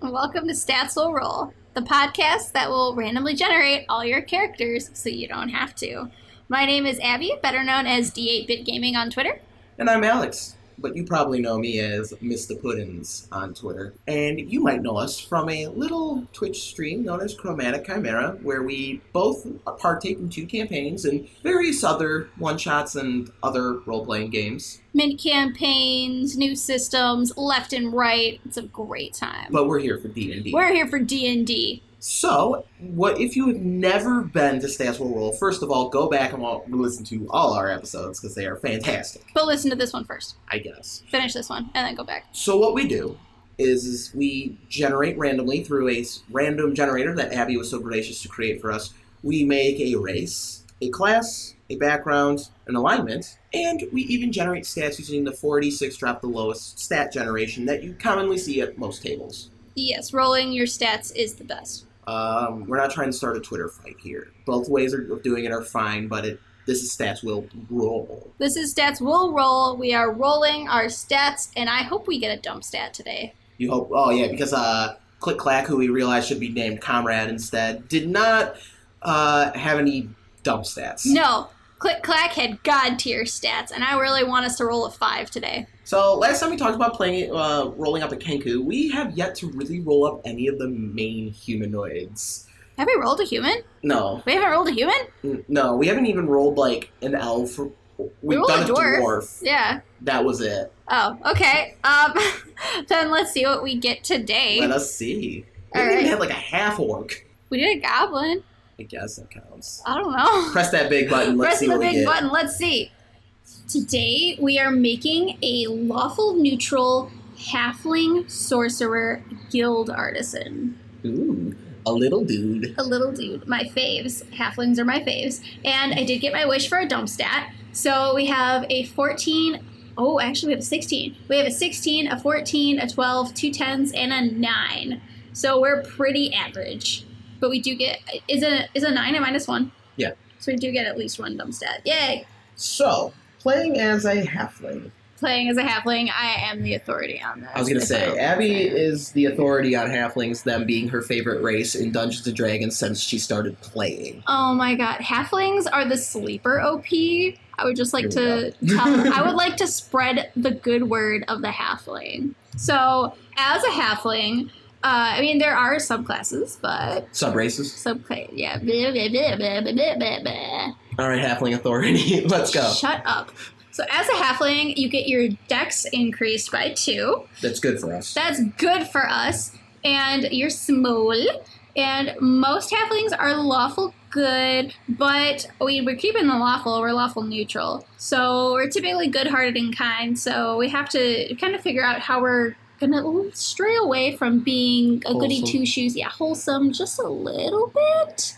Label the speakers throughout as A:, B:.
A: Welcome to Stats Will Roll, the podcast that will randomly generate all your characters so you don't have to. My name is Abby, better known as D8Bit Gaming on Twitter.
B: And I'm Alex, but you probably know me as Mr. Puddins on Twitter. And you might know us from a little Twitch stream known as Chromatic Chimera, where we both partake in two campaigns and various other one shots and other role playing games.
A: Mini campaigns, new systems, left and right. It's a great time.
B: But we're here for D&D.
A: We're here for D&D.
B: So, what if you have never been to Stats Will Roll? First of all, go back and we'll listen to all our episodes because they are fantastic,
A: But listen to this one first.
B: I guess.
A: Finish this one and then go back.
B: So what we do is, is we generate randomly through a s- random generator that Abby was so gracious to create for us. We make a race, a class, a background, an alignment, and we even generate stats using the 4d6 drop the lowest stat generation that you commonly see at most tables.
A: Yes, rolling your stats is the best.
B: Um, we're not trying to start a Twitter fight here. Both ways are- of doing it are fine, but it, this is stats will roll.
A: This is Stats Will Roll. We are rolling our stats, and I hope we get a dump stat today.
B: You hope. Oh yeah, because uh, Click Clack, who we realized should be named Comrade instead, did not uh, have any dump stats.
A: No, Click Clack had god tier stats, and I really want us to roll a five today.
B: So last time we talked about playing, uh, rolling up a Kenku, we have yet to really roll up any of the main humanoids.
A: Have we rolled a human?
B: No,
A: We haven't rolled a human?
B: N- no, we haven't even rolled like an elf. We've
A: rolled
B: done
A: a dwarf. Yeah.
B: That was it.
A: Oh, okay. Um, then let's see what we get today.
B: Let us see. We
A: All
B: haven't
A: right.
B: even had like a half orc.
A: We did a goblin.
B: I guess that counts.
A: I don't know.
B: Press that big button. Let's
A: Press
B: see
A: the
B: what we
A: big
B: get.
A: button. Let's see. Today we are making a lawful neutral halfling sorcerer guild artisan.
B: Ooh, a little dude.
A: A little dude, my faves. Halflings are my faves. And I did get my wish for a dump stat. So we have a 14. Oh, actually, we have a 16. We have a 16, a 14, a 12, two 10s, and a 9. So we're pretty average. But we do get. Is a, is a 9 a minus 1?
B: Yeah.
A: So we do get at least one dump stat. Yay!
B: So playing as a halfling.
A: Playing as a halfling, I am the authority on that.
B: I was gonna
A: If
B: say
A: will
B: Abby
A: say it.
B: is the authority on halflings, them being her favorite race in Dungeons and Dragons since she started playing.
A: Oh my god, halflings are the sleeper OP. I would just like
B: Here
A: to tell, I would like to spread the good word of the halfling. So, as a halfling, uh, I mean, there are subclasses, but
B: Sub races.
A: subclass, yeah. Blah, blah, blah, blah, blah, blah, blah, blah.
B: All right, halfling authority. Let's go.
A: Shut up. So, as a halfling, you get your dex increased by two.
B: That's good for us.
A: That's good for us. And you're small. And most halflings are lawful good, but we, we're keeping the lawful. We're lawful neutral. So we're typically good hearted and kind. So we have to kind of figure out how we're going to stray away from being a goody
B: Wholesome.
A: two shoes. Yeah, wholesome just a little bit.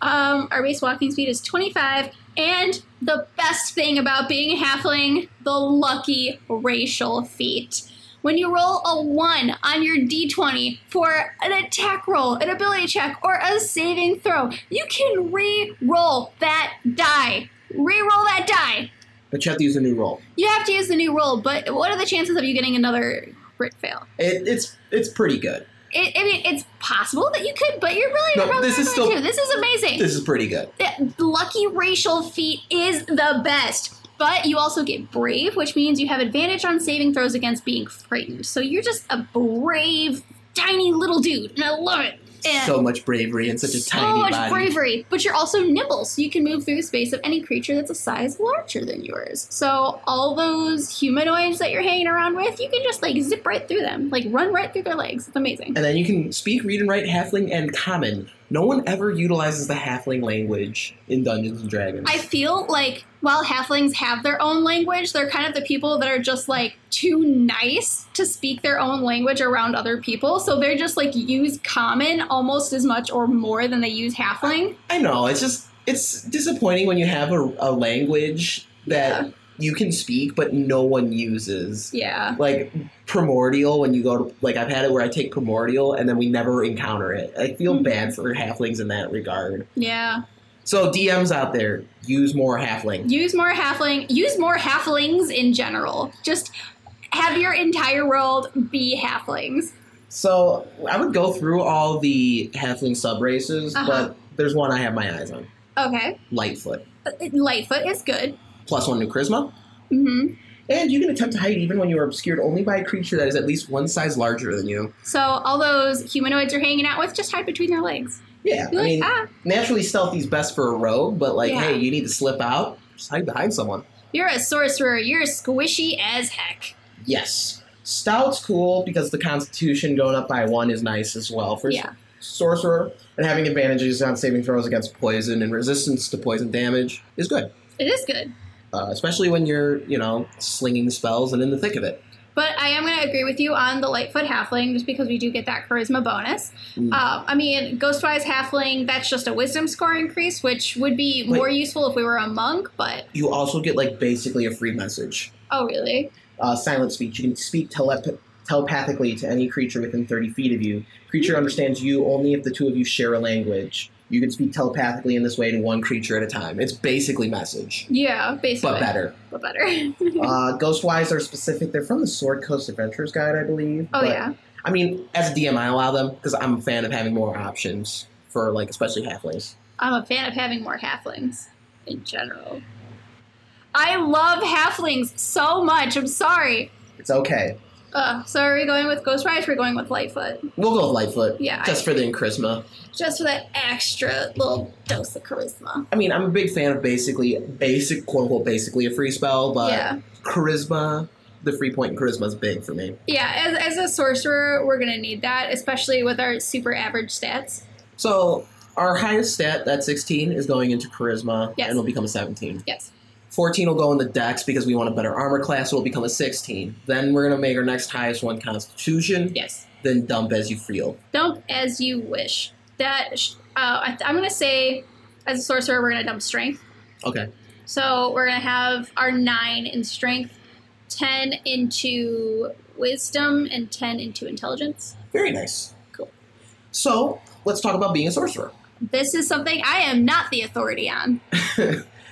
A: Um, our base walking speed is 25. And the best thing about being a halfling, the lucky racial feat. When you roll a 1 on your d20 for an attack roll, an ability check, or a saving throw, you can re roll that die. Re roll that die.
B: But you have to use a new roll.
A: You have to use the new roll, but what are the chances of you getting another crit fail?
B: It, it's it's pretty good.
A: It, I mean, it's possible that you could, but you're really
B: No,
A: probably
B: this
A: not
B: is
A: going
B: still-
A: to. This is amazing.
B: This is pretty good.
A: The lucky racial feat is the best. But you also get brave, which means you have advantage on saving throws against being frightened. So you're just a brave, tiny little dude, and I love it. And
B: So much bravery and such a
A: so
B: tiny
A: much
B: body.
A: bravery, but you're also nimble, so you can move through the space of any creature that's a size larger than yours. So all those humanoids that you're hanging around with, you can just like zip right through them, like run right through their legs. It's amazing.
B: And then you can speak, read, and write halfling and common. No one ever utilizes the halfling language in Dungeons and Dragons.
A: I feel like while halflings have their own language, they're kind of the people that are just like too nice to speak their own language around other people. So they're just like use common almost as much or more than they use halfling.
B: I know. It's just it's disappointing when you have a, a language that you can speak but no one uses.
A: Yeah.
B: Like primordial when you go to like I've had it where I take primordial and then we never encounter it. I feel
A: Mhm.
B: bad for halflings in that regard.
A: Yeah.
B: So DMs out there, use more halfling.
A: Use more halfling. Use more halflings in general. Just have your entire world be halflings.
B: So I would go through all the halfling sub races,
A: Uh-huh.
B: but there's one I have my eyes on
A: Okay.
B: Lightfoot.
A: Uh, Lightfoot is good.
B: Plus one new charisma.
A: hmm
B: And you can attempt to hide even when you are obscured only by a creature that is at least one size larger than you.
A: So all those humanoids you're hanging out with just hide between their legs.
B: Yeah,
A: Be
B: I
A: like,
B: mean,
A: ah,
B: naturally stealthy's best for a rogue, but like,
A: Yeah.
B: hey, you need to slip out, just hide behind someone.
A: you're a sorcerer. You're squishy as heck.
B: Yes. Stout's cool because the constitution going up by one is nice as well for
A: Yeah.
B: sorcerer, and having advantages on saving throws against poison and resistance to poison damage is good.
A: It is good.
B: Uh, especially when you're, you know, slinging spells and in the thick of it.
A: But I am going to agree with you on the Lightfoot Halfling just because we do get that charisma bonus.
B: Mm.
A: Uh, I mean, Ghostwise Halfling, that's just a wisdom score increase, which would be
B: Wait.
A: more useful if we were a monk, but
B: You also get like basically a free message.
A: oh, really?
B: Uh, silent speech. You can speak telep- telepathically to any creature within 30 feet of you. Creature understands you only if the two of you share a language. You can speak telepathically in this way to one creature at a time. It's basically message,
A: Yeah, basically.
B: but better.
A: But better. Oh,
B: uh, Ghostwise are specific. They're from the Sword Coast Adventures Guide, I believe.
A: oh,
B: but-
A: yeah.
B: I mean, as a DM, I allow them because I'm a fan of having more options for like, especially halflings.
A: I'm a fan of having more halflings in general. I love halflings so much. I'm sorry.
B: It's okay.
A: Uh, so are we going with Ghostwise? We're going with Lightfoot.
B: We'll go with Lightfoot.
A: Yeah,
B: Just for the charisma.
A: Just for that extra little dose of charisma.
B: I mean, I'm a big fan of basically, basic, quote unquote, basically a free spell, but
A: yeah.
B: charisma, the free point in charisma is big for me.
A: Yeah, as, as a sorcerer, we're going to need that, especially with our super average stats.
B: So our highest stat, that 16, is going into charisma
A: Yes.
B: and will become a 17.
A: Yes.
B: 14 will go in the dex because we want a better armor class, so it'll become a 16. Then we're going to make our next highest one constitution,
A: Yes.
B: then dump as you feel.
A: Dump as you wish. That sh- uh, I th- I'm going to say, as a sorcerer, we're going to dump strength.
B: Okay.
A: So we're going to have our nine in strength, ten into wisdom, and ten into intelligence.
B: Very nice.
A: Cool.
B: So let's talk about being a sorcerer.
A: This is something I am not the authority on.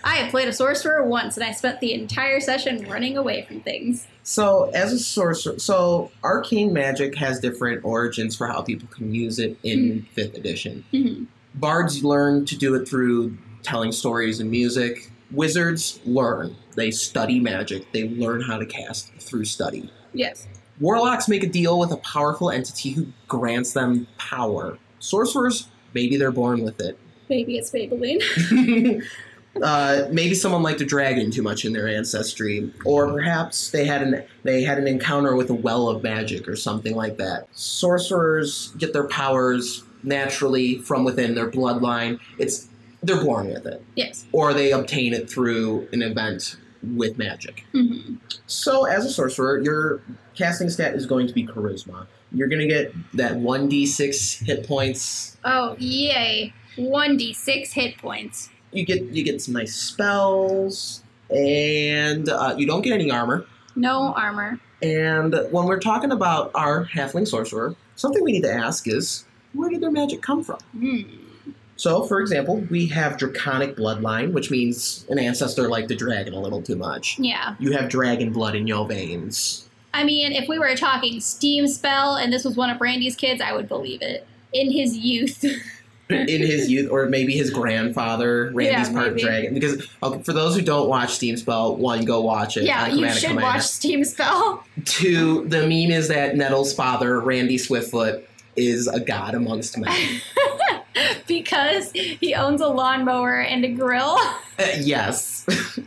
A: I have played a sorcerer once, and I spent the entire session running away from things.
B: So as a sorcerer, so arcane magic has different origins for how people can use it in fifth edition.
A: hmm
B: Bards learn to do it through telling stories and music. Wizards learn. They study magic. They learn how to cast through study.
A: Yes.
B: Warlocks make a deal with a powerful entity who grants them power. Sorcerers, maybe they're born with it.
A: Maybe it's Maybelline.
B: uh, maybe someone liked a dragon too much in their ancestry, or perhaps they had an they had an encounter with a well of magic or something like that. Sorcerers get their powers naturally from within their bloodline. It's they're born with it,
A: yes.
B: or they obtain it through an event with magic.
A: hmm
B: So, as a sorcerer, your casting stat is going to be charisma. You're going to get that 1d6 hit points
A: Oh, yay. 1d6 hit points.
B: you get you get some nice spells, and uh, you don't get any armor.
A: No armor.
B: And when we're talking about our halfling sorcerer, something we need to ask is where did their magic come from?
A: Hmm.
B: So, for example, we have draconic bloodline, which means an ancestor liked the dragon a little too much.
A: Yeah.
B: You have dragon blood in your veins.
A: I mean, if we were talking steam spell and this was one of Brandy's kids, I would believe it. In his youth.
B: In his youth, or maybe his grandfather, Randy's
A: Yeah,
B: part
A: maybe.
B: dragon. Because okay, for those who don't watch Steam Spell, one, go watch it.
A: yeah,
B: on
A: you
B: Command and
A: should
B: Commander.
A: watch steam spell.
B: Two, the meme is that Nettle's father, Randy Swiftfoot, is a god amongst men.
A: because he owns a lawnmower and a grill.
B: Uh, yes.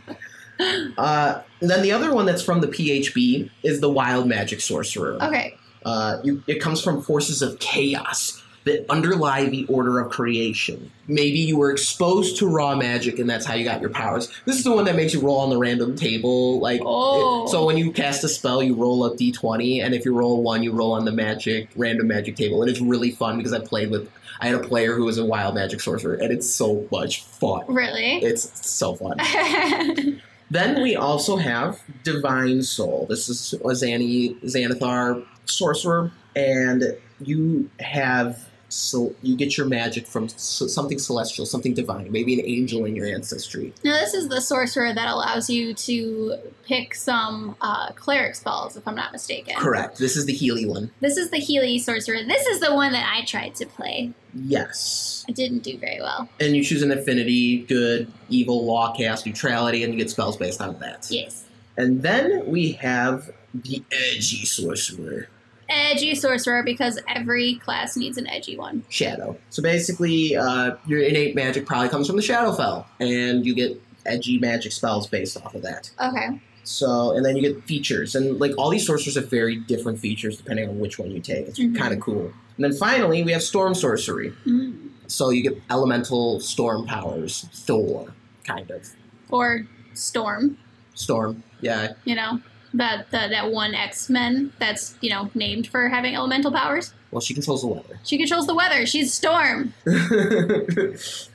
B: uh, then the other one that's from the PHB is the Wild Magic Sorcerer.
A: Okay.
B: Uh, you, it comes from forces of chaos that underlie the order of creation. Maybe you were exposed to raw magic and that's how you got your powers. This is the one that makes you roll on the random table. Like,
A: Oh.
B: it- so when you cast a spell, you roll a d20, and if you roll one, you roll on the magic random magic table. And it's really fun because I played with. I had a player who was a wild magic sorcerer, and it's so much fun.
A: Really?
B: It's so fun.
A: okay.
B: Then we also have Divine Soul. This is a Xani, Xanathar sorcerer, and you have so you get your magic from s something celestial, something divine, maybe an angel in your ancestry.
A: Now, this is the sorcerer that allows you to pick some uh, cleric spells, if I'm not mistaken.
B: Correct. This is the Healy one.
A: This is the Healy sorcerer. This is the one that I tried to play.
B: Yes.
A: I didn't do very well.
B: And you choose an affinity, good, evil, law, cast, neutrality, and you get spells based on that.
A: Yes.
B: And then we have the edgy sorcerer.
A: Edgy sorcerer because every class needs an edgy one.
B: shadow. So basically, uh, your innate magic probably comes from the Shadowfell, and you get edgy magic spells based off of that.
A: Okay.
B: So, and then you get features, and like all these sorcerers have very different features depending on which one you take. It's
A: Mhm.
B: kind of cool. And then finally, we have storm sorcery.
A: Mm.
B: So you get elemental storm powers, Thor, kind of
A: Or storm.
B: storm. Yeah,
A: you know that that that one x-men that's you know named for having elemental powers
B: well, she controls the weather.
A: she controls the weather she's storm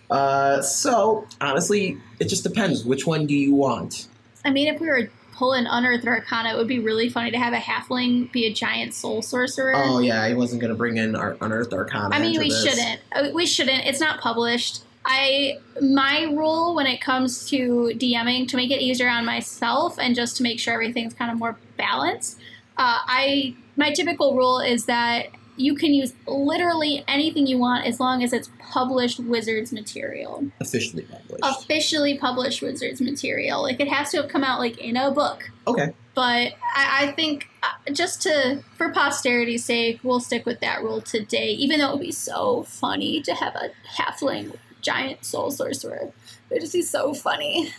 B: uh, so honestly, it just depends. Which one do you want?
A: i mean if we were pulling unearthed arcana it would be really funny to have a halfling be a giant soul sorcerer
B: Oh yeah, I wasn't gonna bring in our unearthed arcana.
A: i mean
B: into
A: we
B: this.
A: shouldn't Uh, we shouldn't it's not published i my rule when it comes to dming to make it easier on myself and just to make sure everything's kind of more balanced uh, i my typical rule is that you can use literally anything you want as long as it's published wizards material
B: officially published.
A: officially published Wizards material. Like it has to have come out like in a book.
B: Okay.
A: But I, I think uh, just to for posterity's sake, we'll stick with that rule today. Even though it would be so funny to have a halfling giant soul sorcerer, it'd just be so funny.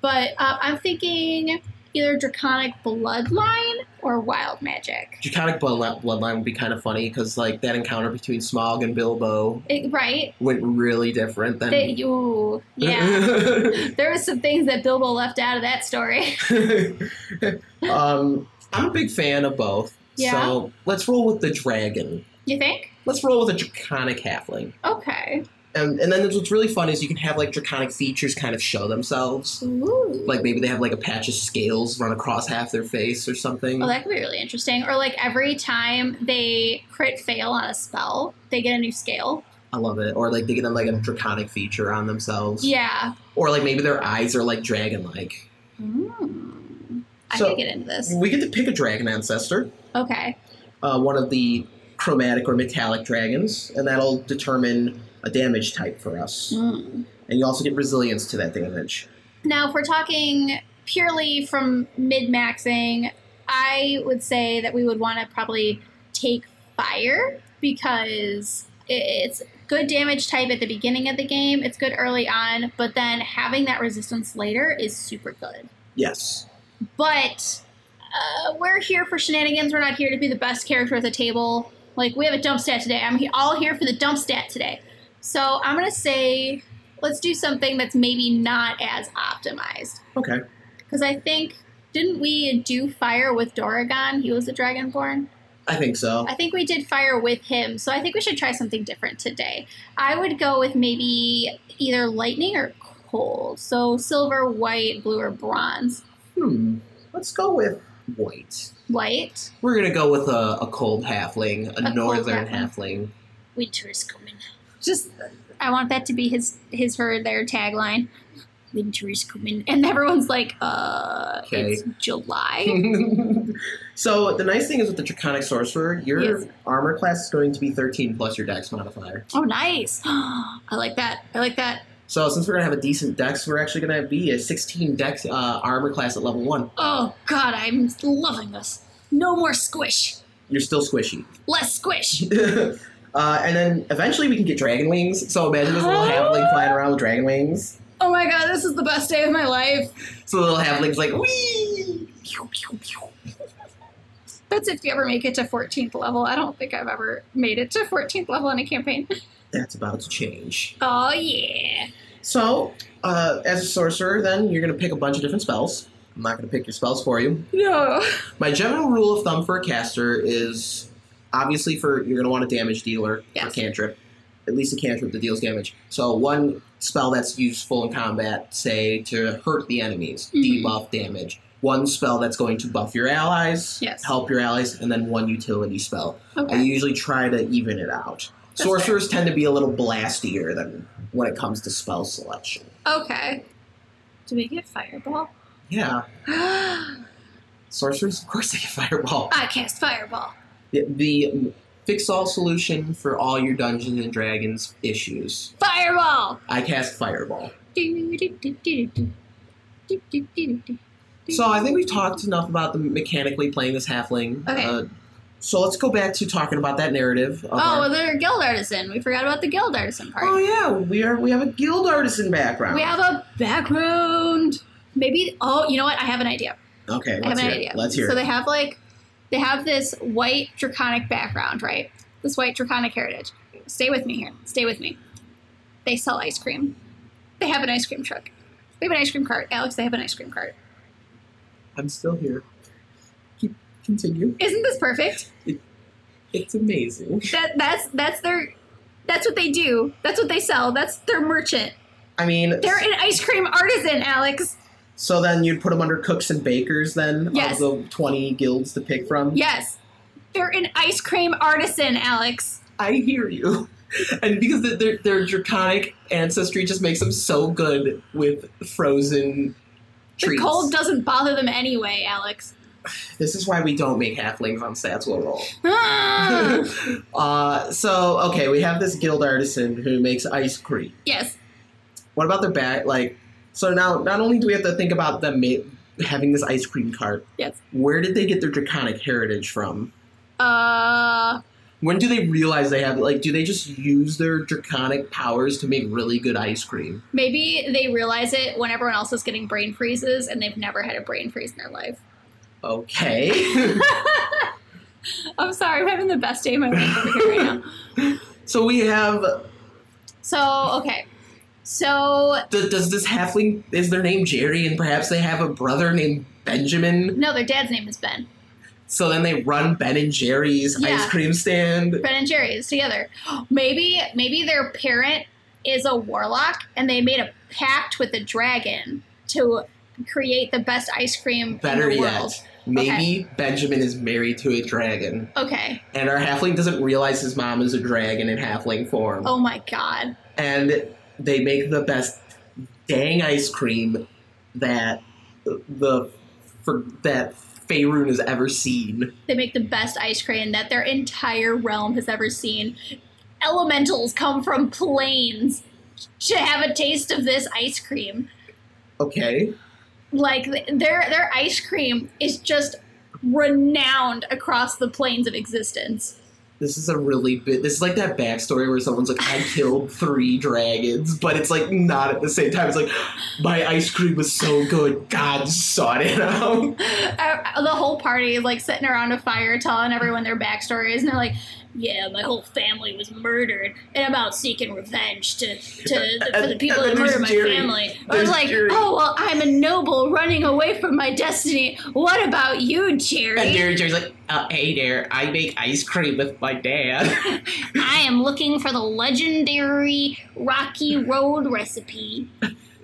A: But uh, I'm thinking either draconic bloodline or wild magic.
B: Draconic bloodline, bloodline would be kind of funny because like that encounter between Smog and Bilbo
A: It- right?
B: went really different than.
A: That you, yeah. there was some things that Bilbo left out of that story.
B: um, I'm a big fan of both.
A: Yeah.
B: So let's roll with the dragon.
A: You think?
B: Let's roll with a draconic halfling.
A: Okay.
B: Um, And, and then what's really fun is you can have like draconic features kind of show themselves.
A: Ooh.
B: Like maybe they have like a patch of scales run across half their face or something.
A: Oh, that could be really interesting. Or like every time they crit fail on a spell, they get a new scale.
B: I love it. Or like they get like a draconic feature on themselves.
A: Yeah.
B: Or like maybe their eyes are like dragon like.
A: Mm. I
B: So-
A: could get into this.
B: We get to pick a dragon ancestor,
A: Okay.
B: uh, one of the chromatic or metallic dragons, and that'll determine a damage type for us.
A: Mm.
B: And you also get resilience to that damage.
A: Now, if we're talking purely from mid maxing, I would say that we would want to probably take fire because i- it's good damage type at the beginning of the game. It's good early on, but then having that resistance later is super good.
B: Yes.
A: But uh, we're here for shenanigans. We're not here to be the best character at the table. Like we have a dump stat today. I'm he- all here for the dump stat today. So I'm gonna say let's do something that's maybe not as optimized
B: Okay.
A: because I think didn't we do fire with Doragon? He was a dragonborn.
B: I think so.
A: I think we did fire with him. So I think we should try something different today. I would go with maybe either lightning or cold. So silver, white, blue, or bronze.
B: Hmm. Let's go with white.
A: White.
B: We're gonna go with a, a cold halfling, a,
A: cold
B: northern halfling.
A: Winter is coming. Just, I want that to be his his her their tagline. Winter is coming, and everyone's like, uh,
B: Okay.
A: it's July.
B: so the nice thing is with the draconic sorcerer, your
A: Yes.
B: armor class is going to be 13 plus your dex modifier.
A: oh, nice. I like that. I like that.
B: So since we're gonna have a decent dex, we're actually gonna be a 16 dex uh, armor class at level one.
A: Oh God, I'm loving this. No more squish.
B: You're still squishy.
A: Less squish.
B: uh, and then eventually we can get dragon wings. So imagine this little halfling flying around with dragon wings.
A: Oh my God, this is the best day of my life.
B: So the little halfling's like, wee.
A: That's if you ever make it to 14th level. I don't think I've ever made it to 14th level in a campaign.
B: That's about to change.
A: Oh yeah.
B: So uh, as a sorcerer, then you're gonna pick a bunch of different spells. I'm not gonna pick your spells for you.
A: No.
B: My general rule of thumb for a caster is obviously for you're gonna want a damage dealer
A: Yes.
B: for cantrip. At least a cantrip that deals damage. So one spell that's useful in combat, say to hurt the enemies,
A: Mhm.
B: debuff damage. One spell that's going to buff your allies,
A: Yes.
B: help your allies, and then one utility spell. I
A: Okay.
B: usually try to even it out. Sorcerers tend to be a little blastier than when it comes to spell selection.
A: Okay. Do we get fireball?
B: Yeah,
A: I
B: sorcerers, of course, they get fireball.
A: cast fireball.
B: The, the fix all solution for all your Dungeons and Dragons issues.
A: Fireball.
B: I cast fireball.
A: So
B: So I think we've talked enough about the mechanically playing this halfling.
A: Okay.
B: Uh, so let's go back to talking about that narrative. of
A: Oh,
B: our-
A: well, they're a guild artisan. We forgot about the guild artisan part.
B: oh yeah, we are. We have a guild artisan background.
A: We have a background. Maybe. Oh, you know what? I have an idea.
B: okay,
A: I have
B: let's
A: an
B: hear.
A: idea.
B: It. Let's hear.
A: So
B: it.
A: they have like, they have this white draconic background, right? This white draconic heritage. Stay with me here. Stay with me. They sell ice cream. They have an ice cream truck. They have an ice cream cart. Alex, they have an ice cream cart.
B: I'm still here. Keep continue.
A: Isn't this perfect?
B: It's amazing.
A: That that's that's their. That's what they do. That's what they sell. That's their merchant.
B: I mean,
A: They're an ice cream artisan, Alex.
B: so then you'd put them under cooks and bakers then
A: Yes.
B: of the 20 guilds to pick from.
A: Yes. They're an ice cream artisan, Alex.
B: I hear you. And because th- their, their draconic ancestry just makes them so good with frozen treats.
A: The cold doesn't bother them anyway, Alex.
B: This is why we don't make halflings on stats will roll.
A: Ah!
B: uh, so okay, we have this guild artisan who makes ice cream.
A: yes.
B: What about their back? Like, so now not only do we have to think about them ma- having this ice cream cart.
A: Yes.
B: Where did they get their draconic heritage from?
A: Uh,
B: When do they realize they have like? Do they just use their draconic powers to make really good ice cream?
A: maybe they realize it when everyone else is getting brain freezes and they've never had a brain freeze in their life.
B: Okay.
A: I'm sorry, I'm having the best day of my life over here right now.
B: so we have.
A: So, okay. So,
B: Th- does this halfling is their name Jerry, and perhaps they have a brother named Benjamin?
A: no, their dad's name is Ben.
B: So then they run Ben and Jerry's ice
A: Yeah.
B: cream stand.
A: Ben and Jerry is together. Maybe, maybe their parent is a warlock and they made a pact with the dragon to create the best ice cream
B: Better
A: in the
B: yet,
A: world.
B: maybe Benjamin is married to a dragon,
A: Okay.
B: and our halfling doesn't realize his mom is a dragon in halfling form.
A: Oh my god.
B: And they make the best dang ice cream that the for that Faerun has ever seen.
A: They make the best ice cream that their entire realm has ever seen. Elementals come from planes to have a taste of this ice cream.
B: Okay,
A: Like th- their their ice cream is just renowned across the planes of existence.
B: this is a really bit. This is like that backstory where someone's like, "I killed three dragons," but it's like not at the same time. It's like my ice cream was so good, God sought it out.
A: Uh, the whole party is like sitting around a fire telling everyone their backstories, and they're like, "Yeah, my whole family was murdered, and I'm out seeking revenge to, to the, for the people
B: And
A: that
B: then there's
A: murdered my
B: Jerry.
A: family." I
B: There's
A: was like,
B: Jerry.
A: "Oh well, I'm a noble running away from my destiny. What about you,
B: And
A: Jerry?
B: Jerry Jerry's like, uh, hey there, I make ice cream with my dad.
A: I am looking for the legendary Rocky Road recipe."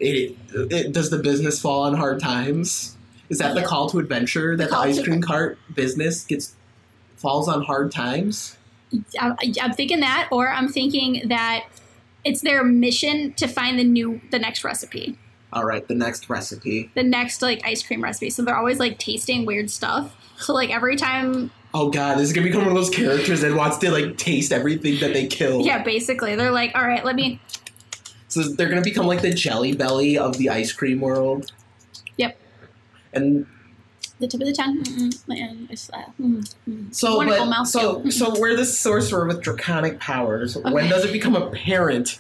B: It, it, does the business fall on hard times? Is that the
A: Yeah.
B: call to adventure that the,
A: call
B: ice
A: to-
B: cream cart business gets falls on hard times?
A: I'm, I'm thinking that, or I'm thinking that it's their mission to find the new, the next recipe.
B: All right, the next recipe.
A: the next like ice cream recipe. So they're always like tasting weird stuff. So like every time,
B: Oh god, this is gonna become one of those characters that wants to like taste everything that they kill.
A: yeah, basically they're like, all right, let me.
B: So they're gonna become like the jelly belly of the ice cream world.
A: Yep.
B: And
A: The tip of the tongue. Mm-mm, mm, it's, uh, mm, mm.
B: so,
A: Wonderful
B: but, so,
A: mouthfeel.
B: so we're this sorcerer with draconic powers. When
A: Okay.
B: does it become apparent?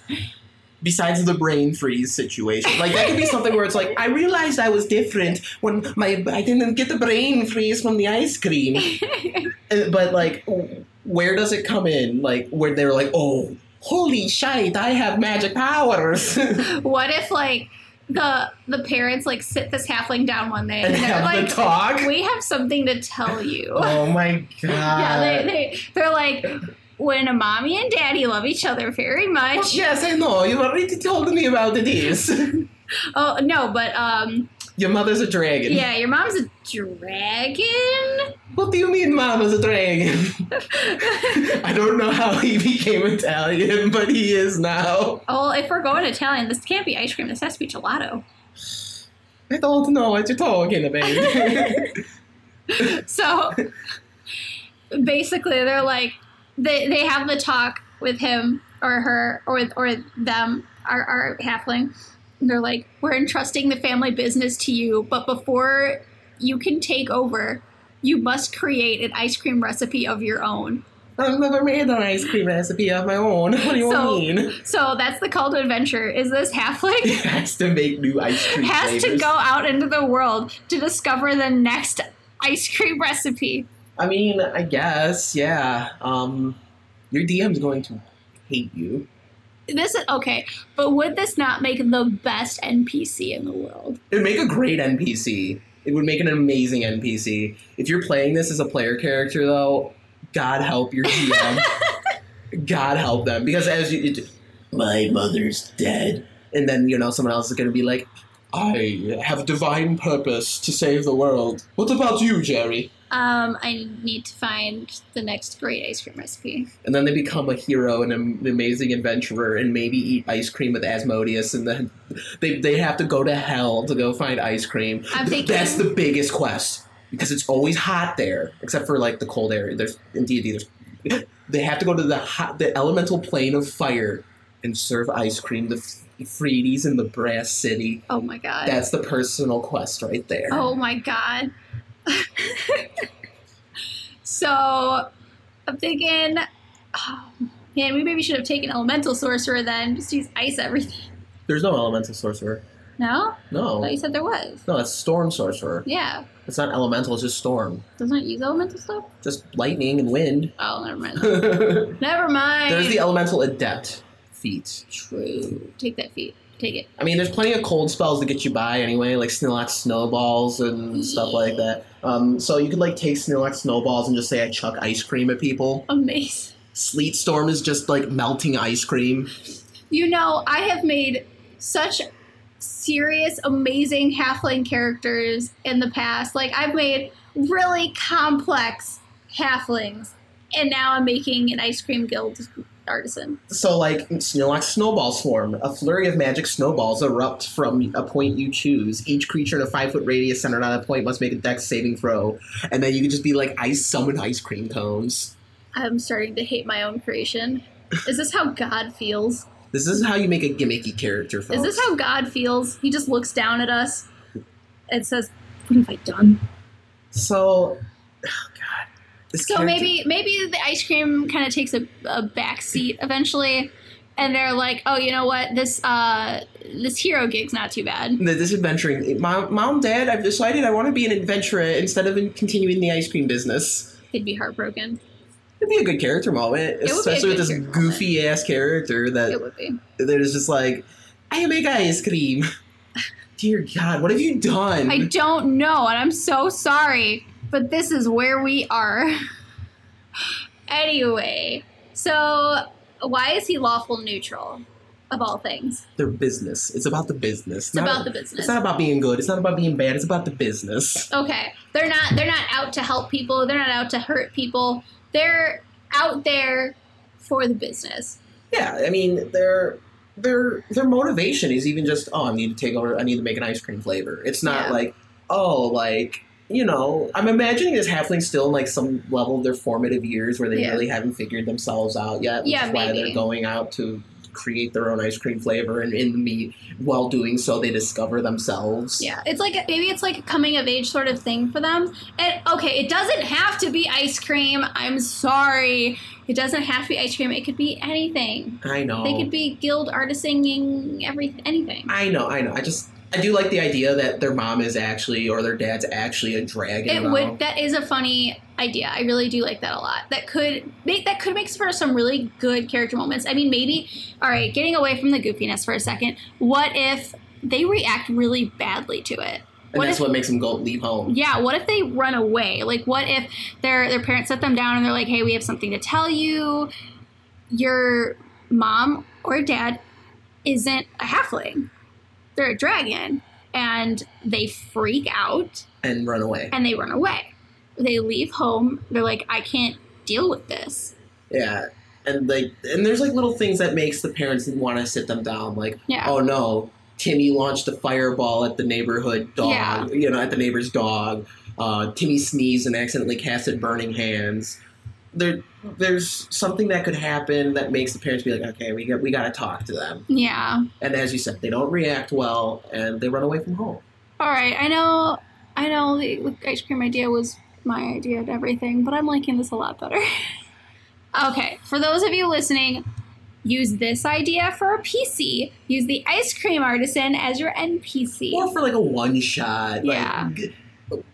B: Besides the brain freeze situation, like that could be something where it's like, I realized I was different when my I didn't get the brain freeze from the ice cream. Uh, but like, w- where does it come in? Like where they were like, oh, holy shite, I have magic powers.
A: What if like the the parents like sit this halfling down one day
B: and
A: and
B: have
A: they're like,
B: the talk.
A: we have something to tell you.
B: Oh my god.
A: yeah, they, they they're like. When a mommy and daddy love each other very much.
B: Yes, I know. You already told me about this.
A: Oh no, but um,
B: Your mother's a dragon.
A: yeah, your mom's a dragon.
B: What do you mean, mom is a dragon? I don't know how he became Italian, but he is now.
A: Oh, well, if we're going Italian, this can't be ice cream. This has to be gelato.
B: I don't know what you're talking about.
A: So basically, they're like they they have the talk with him or her or or them our our halfling. And they're like, we're entrusting the family business to you, but before you can take over, you must create an ice cream recipe of your own.
B: I've never made an ice cream recipe of my own. What do you
A: So-
B: mean?
A: So that's the call to adventure. Is this halfling?
B: He has to make new ice cream.
A: has to
B: flavors.
A: go out into the world to discover the next ice cream recipe.
B: I mean, I guess, yeah. Um, your DM's going to hate you.
A: This is okay, but would this not make the best NPC in the world?
B: It would make a great NPC. It would make an amazing NPC. If you're playing this as a player character, though, God help your DM. God help them, because as you, you do, my mother's dead, and then you know someone else is going to be like, "I have divine purpose to save the world." What about you, Jerry?
A: Um, I need to find the next great ice cream recipe.
B: And then they become a hero and an amazing adventurer and maybe eat ice cream with Asmodeus and then they, they have to go to hell to go find ice cream.
A: I'm
B: Th-
A: thinking-
B: That's the biggest quest because it's always hot there, except for like the cold area. There's in D&D, there's they have to go to the hot, the elemental plane of fire and serve ice cream to Freedies in the Brass City.
A: Oh my god.
B: That's the personal quest right there.
A: Oh my god. so I'm thinking, oh, man, we maybe should have taken elemental sorcerer then. Just use ice everything.
B: There's no elemental sorcerer.
A: No, I
B: No.
A: thought you said there was.
B: No, that's storm sorcerer.
A: Yeah,
B: It's not elemental, it's just storm.
A: doesn't it use elemental stuff?
B: Just lightning and wind.
A: Oh, never mind.
B: There's
A: never mind.
B: the elemental adept feat.
A: True. Take that feat. Take it.
B: I mean, there's plenty of cold spells to get you by anyway, like Snillax snowballs and stuff like that. Um, so you could like take Snillax snowballs and just say I chuck ice cream at people.
A: Amazing.
B: Sleet storm is just like melting ice cream.
A: You know, I have made such serious, amazing halfling characters in the past. Like I've made really complex halflings, and now I'm making an ice cream guild artisan.
B: So like Snorlax snowball swarm, a flurry of magic snowballs erupt from a point you choose. Each creature in a five foot radius centered on a point must make a dex saving throw, and then you could just be like I summon ice cream cones.
A: I'm starting to hate my own creation. Is this how God feels?
B: This is how you make a gimmicky character. Folks.
A: Is this how God feels? He just looks down at us and says, "What have I done?"
B: So, oh god. This
A: So
B: character-
A: maybe maybe the ice cream kind of takes a, a back seat eventually, and they're like, oh, you know what, this uh, this hero gig's not too bad.
B: the, this adventuring. Mom, mom, dad, I've decided I want to be an adventurer instead of in, continuing the ice cream business.
A: They'd be heartbroken.
B: It'd be a good character moment,
A: be a
B: especially with
A: good
B: this
A: character
B: goofy ass character
A: It
B: that
A: would be.
B: that is just like, I make ice cream. Dear God, what have you done?
A: I don't know, and I'm so sorry, but this is where we are. anyway, so why is he lawful neutral of all things?
B: Their business. It's about the business.
A: It's about the business.
B: It's not about being good. It's not about being bad. It's about the business.
A: okay they're not they're not out to help people they're not out to hurt people they're out there for the business
B: Yeah, I mean their their their motivation is even just oh I need to take over I need to make an ice cream flavor. It's not
A: Yeah.
B: like oh like you know I'm imagining this halfling still in like some level of their formative years where they
A: Yeah.
B: really haven't figured themselves out yet. Which
A: Yeah,
B: is why
A: maybe.
B: they're going out to create their own ice cream flavor and in the meat while doing so they discover themselves.
A: yeah it's like maybe it's like a coming of age sort of thing for them and okay it doesn't have to be ice cream i'm sorry it doesn't have to be ice cream it could be anything
B: I know.
A: they could be guild artisaning every anything
B: Oh. I know, I know. I just I do like the idea that their mom is actually or their dad's actually a dragon.
A: it
B: though.
A: would that is a funny idea i really do like that a lot that could make that could make for some really good character moments i mean maybe all right getting away from the goofiness for a second what if they react really badly to it
B: and
A: what
B: that's
A: if-
B: what makes them go leave home.
A: yeah what if they run away like what if their their parents set them down and they're like hey we have something to tell you your mom or dad isn't a halfling they're a dragon and they freak out
B: and run away.
A: and they run away they leave home. They're like, I can't deal with this.
B: Yeah. And like and there's like little things that makes the parents want to sit them down like
A: Yeah.
B: oh no, Timmy launched a fireball at the neighborhood dog,
A: Yeah.
B: you know, at the neighbor's dog. Uh, Timmy sneezed and accidentally casted burning hands. There, there's something that could happen that makes the parents be like, okay, we got, we got to talk to them.
A: Yeah.
B: And as you said, they don't react well and they run away from home.
A: All right. I know. I know the the ice cream idea was my idea and everything, but I'm liking this a lot better. okay. For those of you listening, use this idea for a PC. Use the ice cream artisan as your NPC.
B: Or for like a one shot. Like,
A: Yeah.
B: g-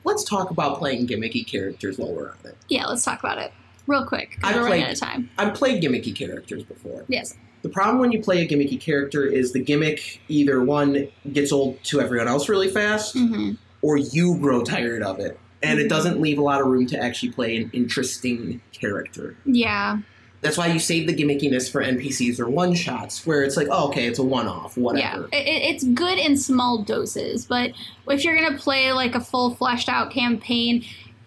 B: Let's talk about playing gimmicky characters while we're on it.
A: Yeah. Let's talk about it real quick. 'cause
B: I
A: We're running
B: played-
A: out of time.
B: I've played gimmicky characters before.
A: Yes.
B: The problem when you play a gimmicky character is the gimmick either one gets old to everyone else really fast,
A: hmm
B: or you grow tired of it. And
A: Mm-hmm.
B: it doesn't leave a lot of room to actually play an interesting character.
A: Yeah.
B: That's why you save the gimmickiness for NPCs or one shots, where it's like, oh, okay, it's a one off, whatever.
A: Yeah, it, it- it's good in small doses, but if you're gonna play like a full fleshed out campaign,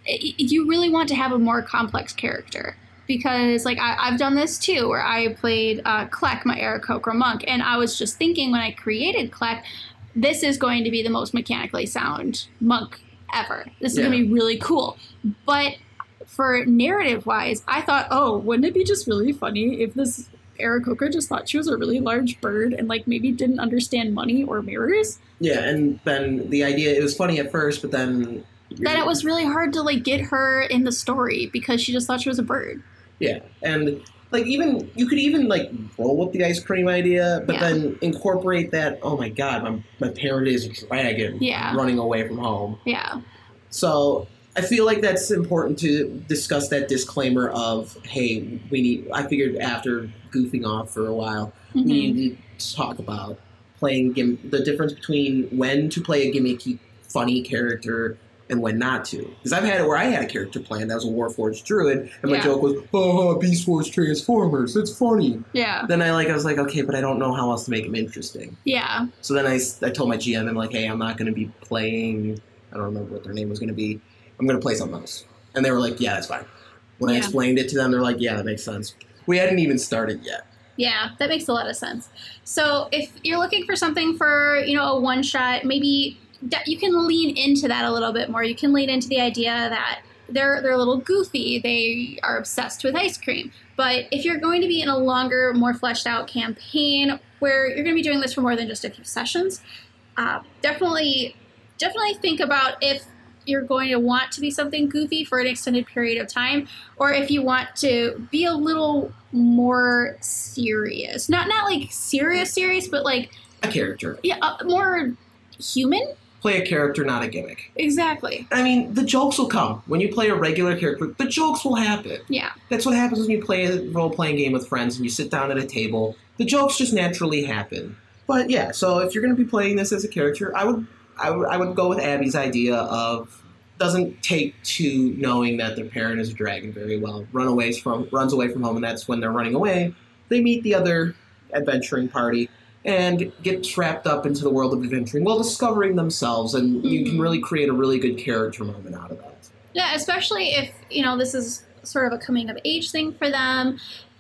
A: i i- you really want to have a more complex character because like I, I've done this too, where I played uh, Kleck, my Aarakocra monk, and I was just thinking when I created Kleck, this is going to be the most mechanically sound monk ever. This is gonna
B: Yeah.
A: be really cool, but. For narrative wise, I thought, oh, wouldn't it be just really funny if this Aarakocra just thought she was a really large bird and like maybe didn't understand money or mirrors.
B: Yeah, and then the idea, it was funny at first, but then. you're-
A: Then it was really hard to like get her in the story because she just thought she was a bird.
B: Yeah, and like even you could even like roll with the ice cream idea, but
A: Yeah.
B: then incorporate that. Oh my god, my my parent is a dragon
A: Yeah.
B: running away from home.
A: Yeah.
B: So I feel like that's important to discuss that disclaimer of hey, we need. I figured after goofing off for a while,
A: Mhm.
B: we need to talk about playing gim- the difference between when to play a gimmicky, funny character and when not to. Because I've had it where I had a character plan that was a Warforged druid, and my
A: Yeah.
B: joke was, "Oh, Beast Wars Transformers, it's funny."
A: Yeah.
B: Then I like I was like, okay, but I don't know how else to make him interesting.
A: Yeah.
B: So then I, s- I told my GM, I'm like, hey, I'm not going to be playing. I don't remember what their name was going to be. I'm going to play something else. And they were like, yeah, that's fine. When I
A: Yeah.
B: explained it to them, they're like, yeah, that makes sense. We hadn't even started yet.
A: Yeah, that makes a lot of sense. So if you're looking for something for, you know, a one shot, maybe that you can lean into that a little bit more. You can lean into the idea that they're they're a little goofy. They are obsessed with ice cream. But if you're going to be in a longer, more fleshed out campaign where you're going to be doing this for more than just a few sessions, uh, definitely definitely think about if you're going to want to be something goofy for an extended period of time or if you want to be a little more serious not not like serious serious but like
B: A character.
A: yeah uh, more human
B: Play a character, not a gimmick.
A: exactly
B: I mean, the jokes will come. When you play a regular character, the jokes will happen.
A: yeah
B: That's what happens when you play a role playing game with friends and you sit down at a table. The jokes just naturally happen. But yeah, so if you're going to be playing this as a character, I would, I would, I would go with Abby's idea of doesn't take to knowing that their parent is a dragon very well. Runaways from runs away from home, and that's when they're running away. They meet the other adventuring party and get trapped up into the world of adventuring while discovering themselves, and you can
A: Mhm.
B: really create a really good character moment out of that.
A: yeah especially if you know this is sort of a coming of age thing for them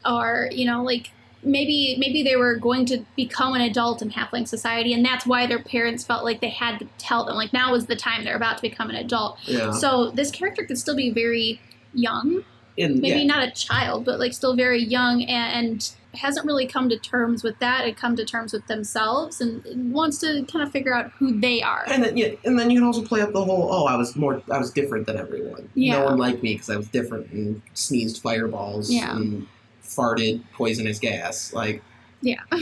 A: or you know like maybe maybe they were going to become an adult in halfling society and that's why their parents felt like they had to tell them like now was the time they're about to become an adult
B: Yeah,
A: so this character could still be very young
B: and
A: maybe
B: yeah,
A: not a child, but like still very young and, and hasn't really come to terms with that and come to terms with themselves and wants to kind of figure out who they are.
B: And then, yeah, and then you can also play up the whole. Oh, I was more. I was different than everyone.
A: Yeah.
B: No one liked me because I was different and sneezed fireballs
A: Yeah.
B: and farted poisonous gas. Like,
A: Yeah.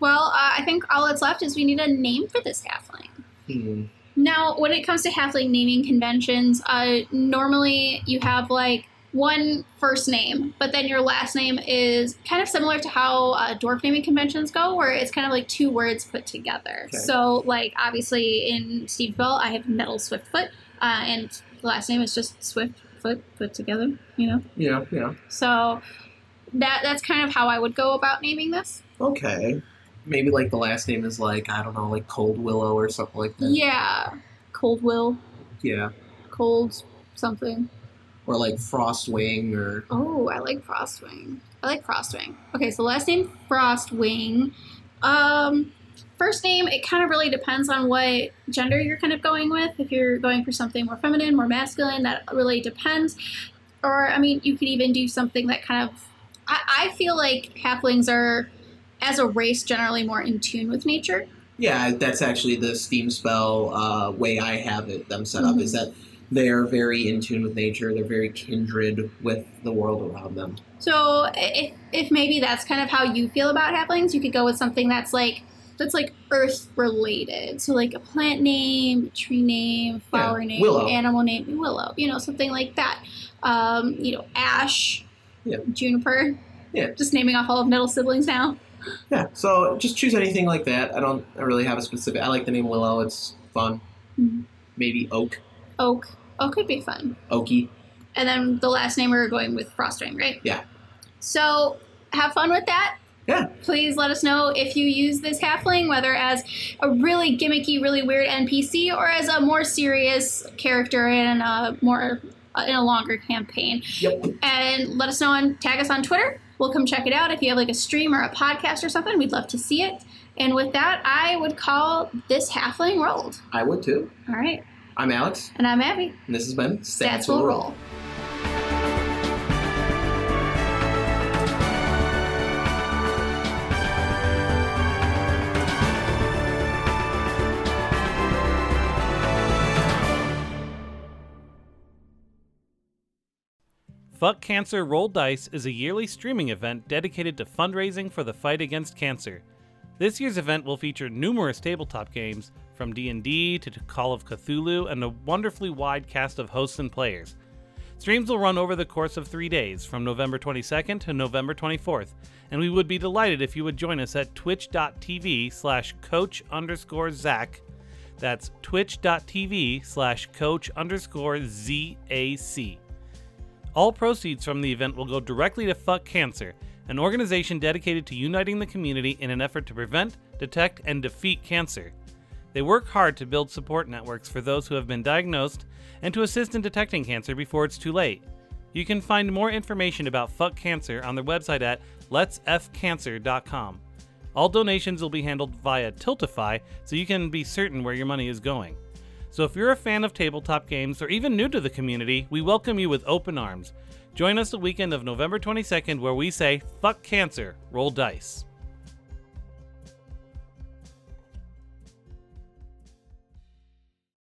A: well, uh, I think all that's left is we need a name for this halfling.
B: hmm,
A: Now, when it comes to halfling naming conventions, uh, normally you have like one first name, but then your last name is kind of similar to how uh, dwarf naming conventions go, where it's kind of like two words put together.
B: Okay.
A: So, like obviously in Steve Bell, I have Nettle Swiftfoot, uh, and the last name is just Swiftfoot put together. You know,
B: you know, you know.
A: so that that's kind of how I would go about naming this.
B: Okay. Maybe like the last name is like I don't know, like Cold Willow or something like that.
A: Yeah, Coldwill,
B: Yeah.
A: Cold something.
B: or like Frostwing or
A: Oh, I like Frostwing. I like Frostwing. Okay, so last name Frostwing. Um, first name, it kind of really depends on what gender you're kind of going with. If you're going for something more feminine, more masculine, that really depends. Or, I mean, you could even do something that kind of. I, I feel like halflings are, as a race, generally more in tune with nature.
B: yeah, that's actually the steam spell uh, way I have it them set up is
A: Mm-hmm.
B: that they're very in tune with nature. They're very kindred with the world around them.
A: So if, if maybe that's kind of how you feel about halflings, you could go with something that's like that's like earth related. So like a plant name, tree name, flower name,
B: willow.
A: animal name, willow. You know, something like that. Um, you know, ash,
B: Yeah.
A: juniper.
B: Yeah.
A: Just naming off all of Nettle's siblings now.
B: Yeah, so just choose anything like that. I don't I really have a specific. I like the name Willow. It's fun.
A: Mhm.
B: Maybe Oak,
A: Oak. Oak could be fun.
B: Oaky.
A: And then the last name we were going with Frostwing, right?
B: Yeah.
A: So have fun with that.
B: Yeah.
A: Please let us know if you use this halfling, whether as a really gimmicky, really weird NPC, or as a more serious character in a more uh, in a longer campaign.
B: Yep.
A: And let us know and tag us on Twitter. We'll come check it out. If you have like a stream or a podcast or something, we'd love to see it. And with that, I would call this halfling rolled.
B: I would too.
A: All right.
B: I'm Alex,
A: And I'm Abby.
B: and this has been
A: Stats will roll.
C: Fuck Cancer Roll Dice is a yearly streaming event dedicated to fundraising for the fight against cancer. This year's event will feature numerous tabletop games from D&D to Call of Cthulhu and a wonderfully wide cast of hosts and players. Streams will run over the course of 3 days from November 22nd to November 24th, and we would be delighted if you would join us at twitch.tv slash coach underscore Zach. That's twitch.tv slash coach underscore Z-A-C. All proceeds from the event will go directly to Fuck Cancer, an organization dedicated to uniting the community in an effort to prevent, detect, and defeat cancer. They work hard to build support networks for those who have been diagnosed and to assist in detecting cancer before it's too late. You can find more information about Fuck Cancer on their website at letsfcancer.com. All donations will be handled via Tiltify so you can be certain where your money is going. So if you're a fan of tabletop games or even new to the community, we welcome you with open arms. Join us the weekend of November 22nd where we say, fuck cancer, roll dice.